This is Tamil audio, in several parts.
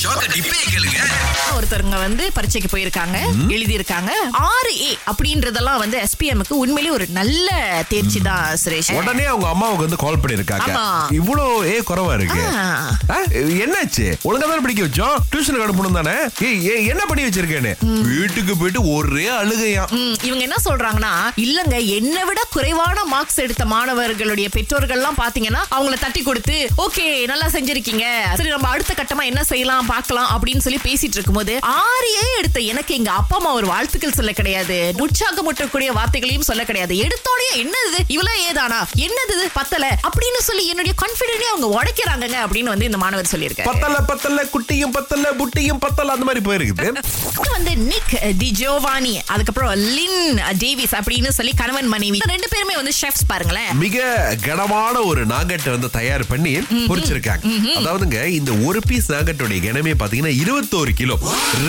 ஷோக்க டிப்பே கேளுங்க ஒருத்தருங்க வந்து பரீட்சைக்கு போயிருக்காங்க எழுதியிருக்காங்க ஆறு ஏ அப்படின்றதெல்லாம் வந்து எஸ்பிஎம்க்கு உண்மையிலேயே ஒரு நல்ல தேர்ச்சி தான் சுரேஷ் உடனே அவங்க அம்மாவுக்கு வந்து கால் பண்ணிருக்காங்க ஆமா. இவ்வளவு ஏ குறைவா இருக்கு ஆ. ஆ, என்னாச்சு ஒழுங்கா தானே படிக்க வச்சோம் டியூஷனுக்கு அனுப்பணும் தானே ஏய், ஏய், என்ன பண்ணி வச்சிருக்கேன்னு வீட்டுக்கு போயிட்டு ஒரே அழுகையா ம், இவங்க என்ன சொல்றாங்கன்னா இல்லங்க என்னை விட குறைவான மார்க்ஸ் எடுத்த மாணவர்களுடைய பெற்றோர்கள்லாம் பாத்தீங்கன்னா அவங்கள தட்டி கொடுத்து ஓகே நல்லா செஞ்சிருக்கீங்க சரி நம்ம அடுத்த கட்டமா என்ன செய்யலாம் பார்க்கலாம் அப்படின்னு சொல்லி பேசிட்டு இருக்கும்போது ஆறையே எடுத்த எனக்கு எங்க அப்பா அம்மா ஒரு வாழ்த்துக்கள் சொல்ல கிடையாது உற்சாகமூட்டக்கூடிய வார்த்தைகளையும் சொல்ல கிடையாது எடுத்தோடய என்னது இவ்வளவு ஏதானா என்னது இது? பத்தல அப்படின்னு சொல்லி என்னுடைய கான்பிடென்டே அவங்க உடைக்கிறாங்கங்க அப்படின்னு வந்து இந்த மாணவர் சொல்லியிருக்காரு பத்தல பத்தல குட்டியும் பத்தல புட்டியும் பத்தல அந்த மாதிரி போயிருக்குது அடுத்து வந்து நிக் டி ஜோவானி அதுக்கப்புறம் லின் டேவிஸ் அப்படின்னு சொல்லி கணவன் மனைவி ரெண்டு பேருமே வந்து ஷெஃப்ஸ் பாருங்களேன் மிக கனமான ஒரு நாகட்டை வந்து தயார் பண்ணி பொரிச்சிருக்காங்க அதாவதுங்க இந்த ஒரு பீஸ் நாகட்டுடைய கனமே பாத்தீங்கன்னா இருபத்தோரு கிலோ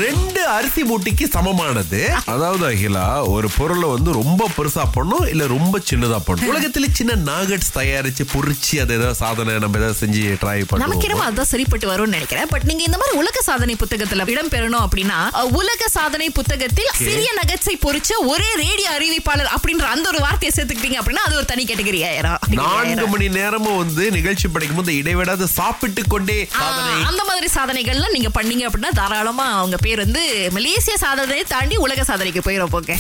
ரெண்டு அரிசி மூட்டைக்கு சமமானது அதாவது அகிலா ஒரு பொருளை வந்து ரொம்ப பெருசா பண்ணும் இல்ல ரொம்ப சின்னதா பண்ணும் உலகத்துல சின்ன நாகட்ஸ் தயாரிச்சு பொரிச்சு அதை ஏதாவது சாதனை நம்ம ஏதாவது செஞ்சு ட்ரை நமக்கு பண்ணுவோம் என்னமோ அதான் சரிப்பட்டு வரும்னு நினைக்கிறேன் பட் நீங்க இந்த மாதிரி உலக சாதனை புத்தகத்துல இடம் பெறணும் அப்படின்னா அஹ், உலக சாதனை புத்தகத்தில் சிறிய நகச்சை பொறிச்ச ஒரே ரேடியோ அறிவிப்பாளர் அப்படின்ற அந்த ஒரு வார்த்தையை சேர்த்துக்கிட்டீங்க அப்படின்னா அது ஒரு தனி கேட்டகரி ஆயிரம் நான்கு மணி நேரமும் வந்து நிகழ்ச்சி படிக்கும் போது இடைவிடாது சாப்பிட்டு கொண்டே சாதனை ஆஹ், அந்த மாதிரி சாதனைகள்லாம் நீங்க பண்ணீங்க அப்படின்னா தாராளமா அவங்க பேர் வந்து மலேசிய சாதனையை தாண்டி உலக சாதனைக்கு போயிடும் போங்க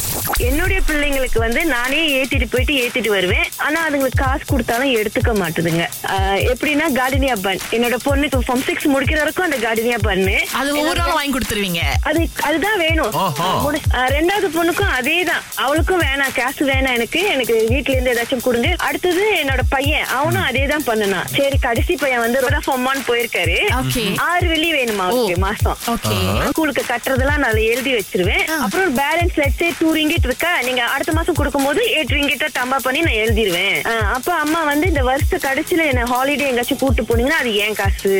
என்னுடைய பிள்ளைங்களுக்கு வந்து நானே ஏத்திட்டு போயிட்டு ஏத்திட்டு வருவேன் ஆனா அதுங்களுக்கு காசு கொடுத்தாலும் எடுத்துக்க மாட்டுதுங்க ஆஹ் எப்படின்னா கார்டினியா பன் என்னோட பொண்ணுக்கு ஃபார்ம் சிக்ஸ் முடிக்கிற வரைக்கும் அந்த கார்டினியா பன்னு அது ஒவ்வொரு நாளும் வாங்கி கொடுத்துருவீங்க அது அதுதான் வேணும் ஆஹா. முடி- ஆஹ் ரெண்டாவது பொண்ணுக்கும் அதே தான் அவளுக்கும் வேணாம் காசு வேணாம் எனக்கு எனக்கு வீட்ல இருந்து ஏதாச்சும் கொடுங்க அடுத்தது என்னோட பையன் அவனும் அதே தான் பண்ணுனான் சரி கடைசி பையன் வந்து ரொம்ப ஃபம்மான்னு போயிருக்காரு Okay. ஆறு வெள்ளி வேணுமா அவனுக்கு ஓ. மாசம் Okay. ஸ்கூலுக்கு கட்டுறதெல்லாம் நான் அதுல எழுதி வச்சிருவேன் அப்புறம் பேலன்ஸ் லெட்ஸே டூ ரிங்கிட் இருக்கா நீங்க அடுத்த மாசம் கொடுக்கும்போது எயிட் ரிங்கிட்ட டம்பா பண்ணி நான் எழுதிருவேன் ஆஹ் அப்ப அம்மா வந்து இந்த வருஷத்து கடைசியில என்ன ஹாலிடே எங்காச்சும் கூட்டு போனீங்கன்னா அது ஏன் காசு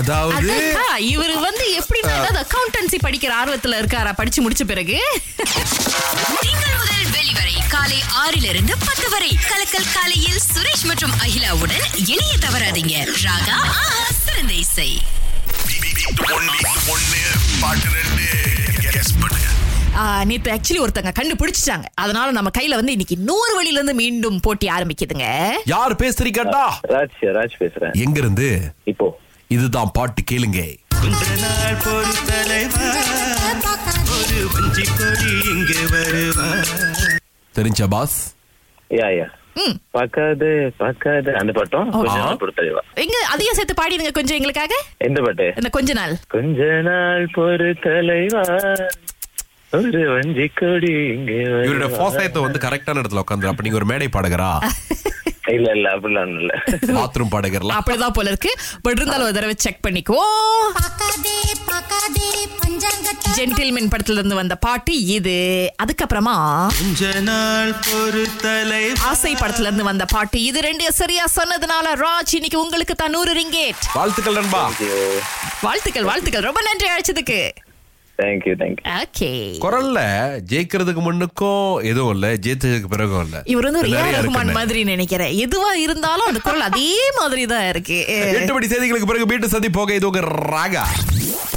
அதாவது அதான்க்கா, இவரு வந்து எப்படின்னா ஏதாவது அக்கௌண்டன்சி படிக்கிற ஆர்வத்துல இருக்காரா படிச்சு முடிச்ச பிறகு திங்கள் முதல் வெளிவரை காலை ஆறிலிருந்து பத்து வரை கலக்கல் காலையில் சுரேஷ் மற்றும் அகிலாவுடன் இணைய தவறாதீங்க ராகா ஆஹா சிறந்த இசை ஒன்னு பாட்டு ரெண்டு கெஸ் பண்ணுங்க ஆஹ், நேத்து ஆக்சுவலி ஒருத்தங்க கண்டுபிடிச்சிட்டாங்க அதனால நம்ம கையில வந்து இன்னைக்கு நூறு வழியில இருந்து மீண்டும் போட்டி ஆரம்பிக்குதுங்க யார் பேசுறீங்கடா ராஜ் ராஜ் பேசுறேன் எங்க இருந்து இப்போ இதுதான் பாட்டு கேளுங்க நாள் பொறு தலைவா ஒரு வஞ்சி கொடி இங்கு வருவான் தெரிஞ்ச பாஸ் யா யா ம். பார்க்காது பார்க்காது அந்த பாட்டம் கொஞ்ச ஆ. நாள் பொறுத்தலைவா எங்க அதிகம் சேர்த்து பாடிடுங்க கொஞ்சம் எங்களுக்காக எந்த பாட்டு இந்த கொஞ்ச நாள் கொஞ்ச நாள் பொறு தலைவா ஒரு வஞ்சி கொடி இங்கே இவரோட வருவா. போசாயத்தை வந்து கரெக்டான இடத்துல உட்காந்து அப்ப நீங்க ஒரு மேடை பாடகரா இல்ல இல்ல அப்படிலாம் ஒண்ணும் இல்ல பாத்ரூம் பாடகர்லாம் அப்படிதான் போல இருக்கு பட் இருந்தாலும் ஒரு தடவை செக் பண்ணிக்குவோம் பார்க்காதே பார்க்காதே பஞ்சாங்கத்தை ஜென்டில்மென் படத்துல இருந்து வந்த பாட்டு இது அதுக்கப்புறமா கொஞ்ச நாள் பொறு தலைவா ஆசை படத்துல இருந்து வந்த பாட்டு இது ரெண்டையும் சரியா சொன்னதுனால ராஜ் இன்னைக்கு உங்களுக்கு தான் நூறு ரிங்கேட் வாழ்த்துக்கள் நண்பா வாழ்த்துக்கள் வாழ்த்துக்கள் ரொம்ப நன்றி அழைச்சதுக்கு தேங்க்யூ தேங்க்யூ ஓகே குரல்ல ஜெயிக்கிறதுக்கு முன்னுக்கும் எதுவும் இல்ல ஜெயிச்சதுக்கு பிறகும் இல்ல இவர் வந்து ரியா நிறைய ரஹ்மான் இருக்குன்னு. மாதிரி நினைக்கிறேன் எதுவா இருந்தாலும் அந்த குரல் அதே மாதிரி தான் இருக்கு எட்டு மணி செய்திகளுக்கு பிறகு வீட்டு சந்தி போக இது உங்க ராகா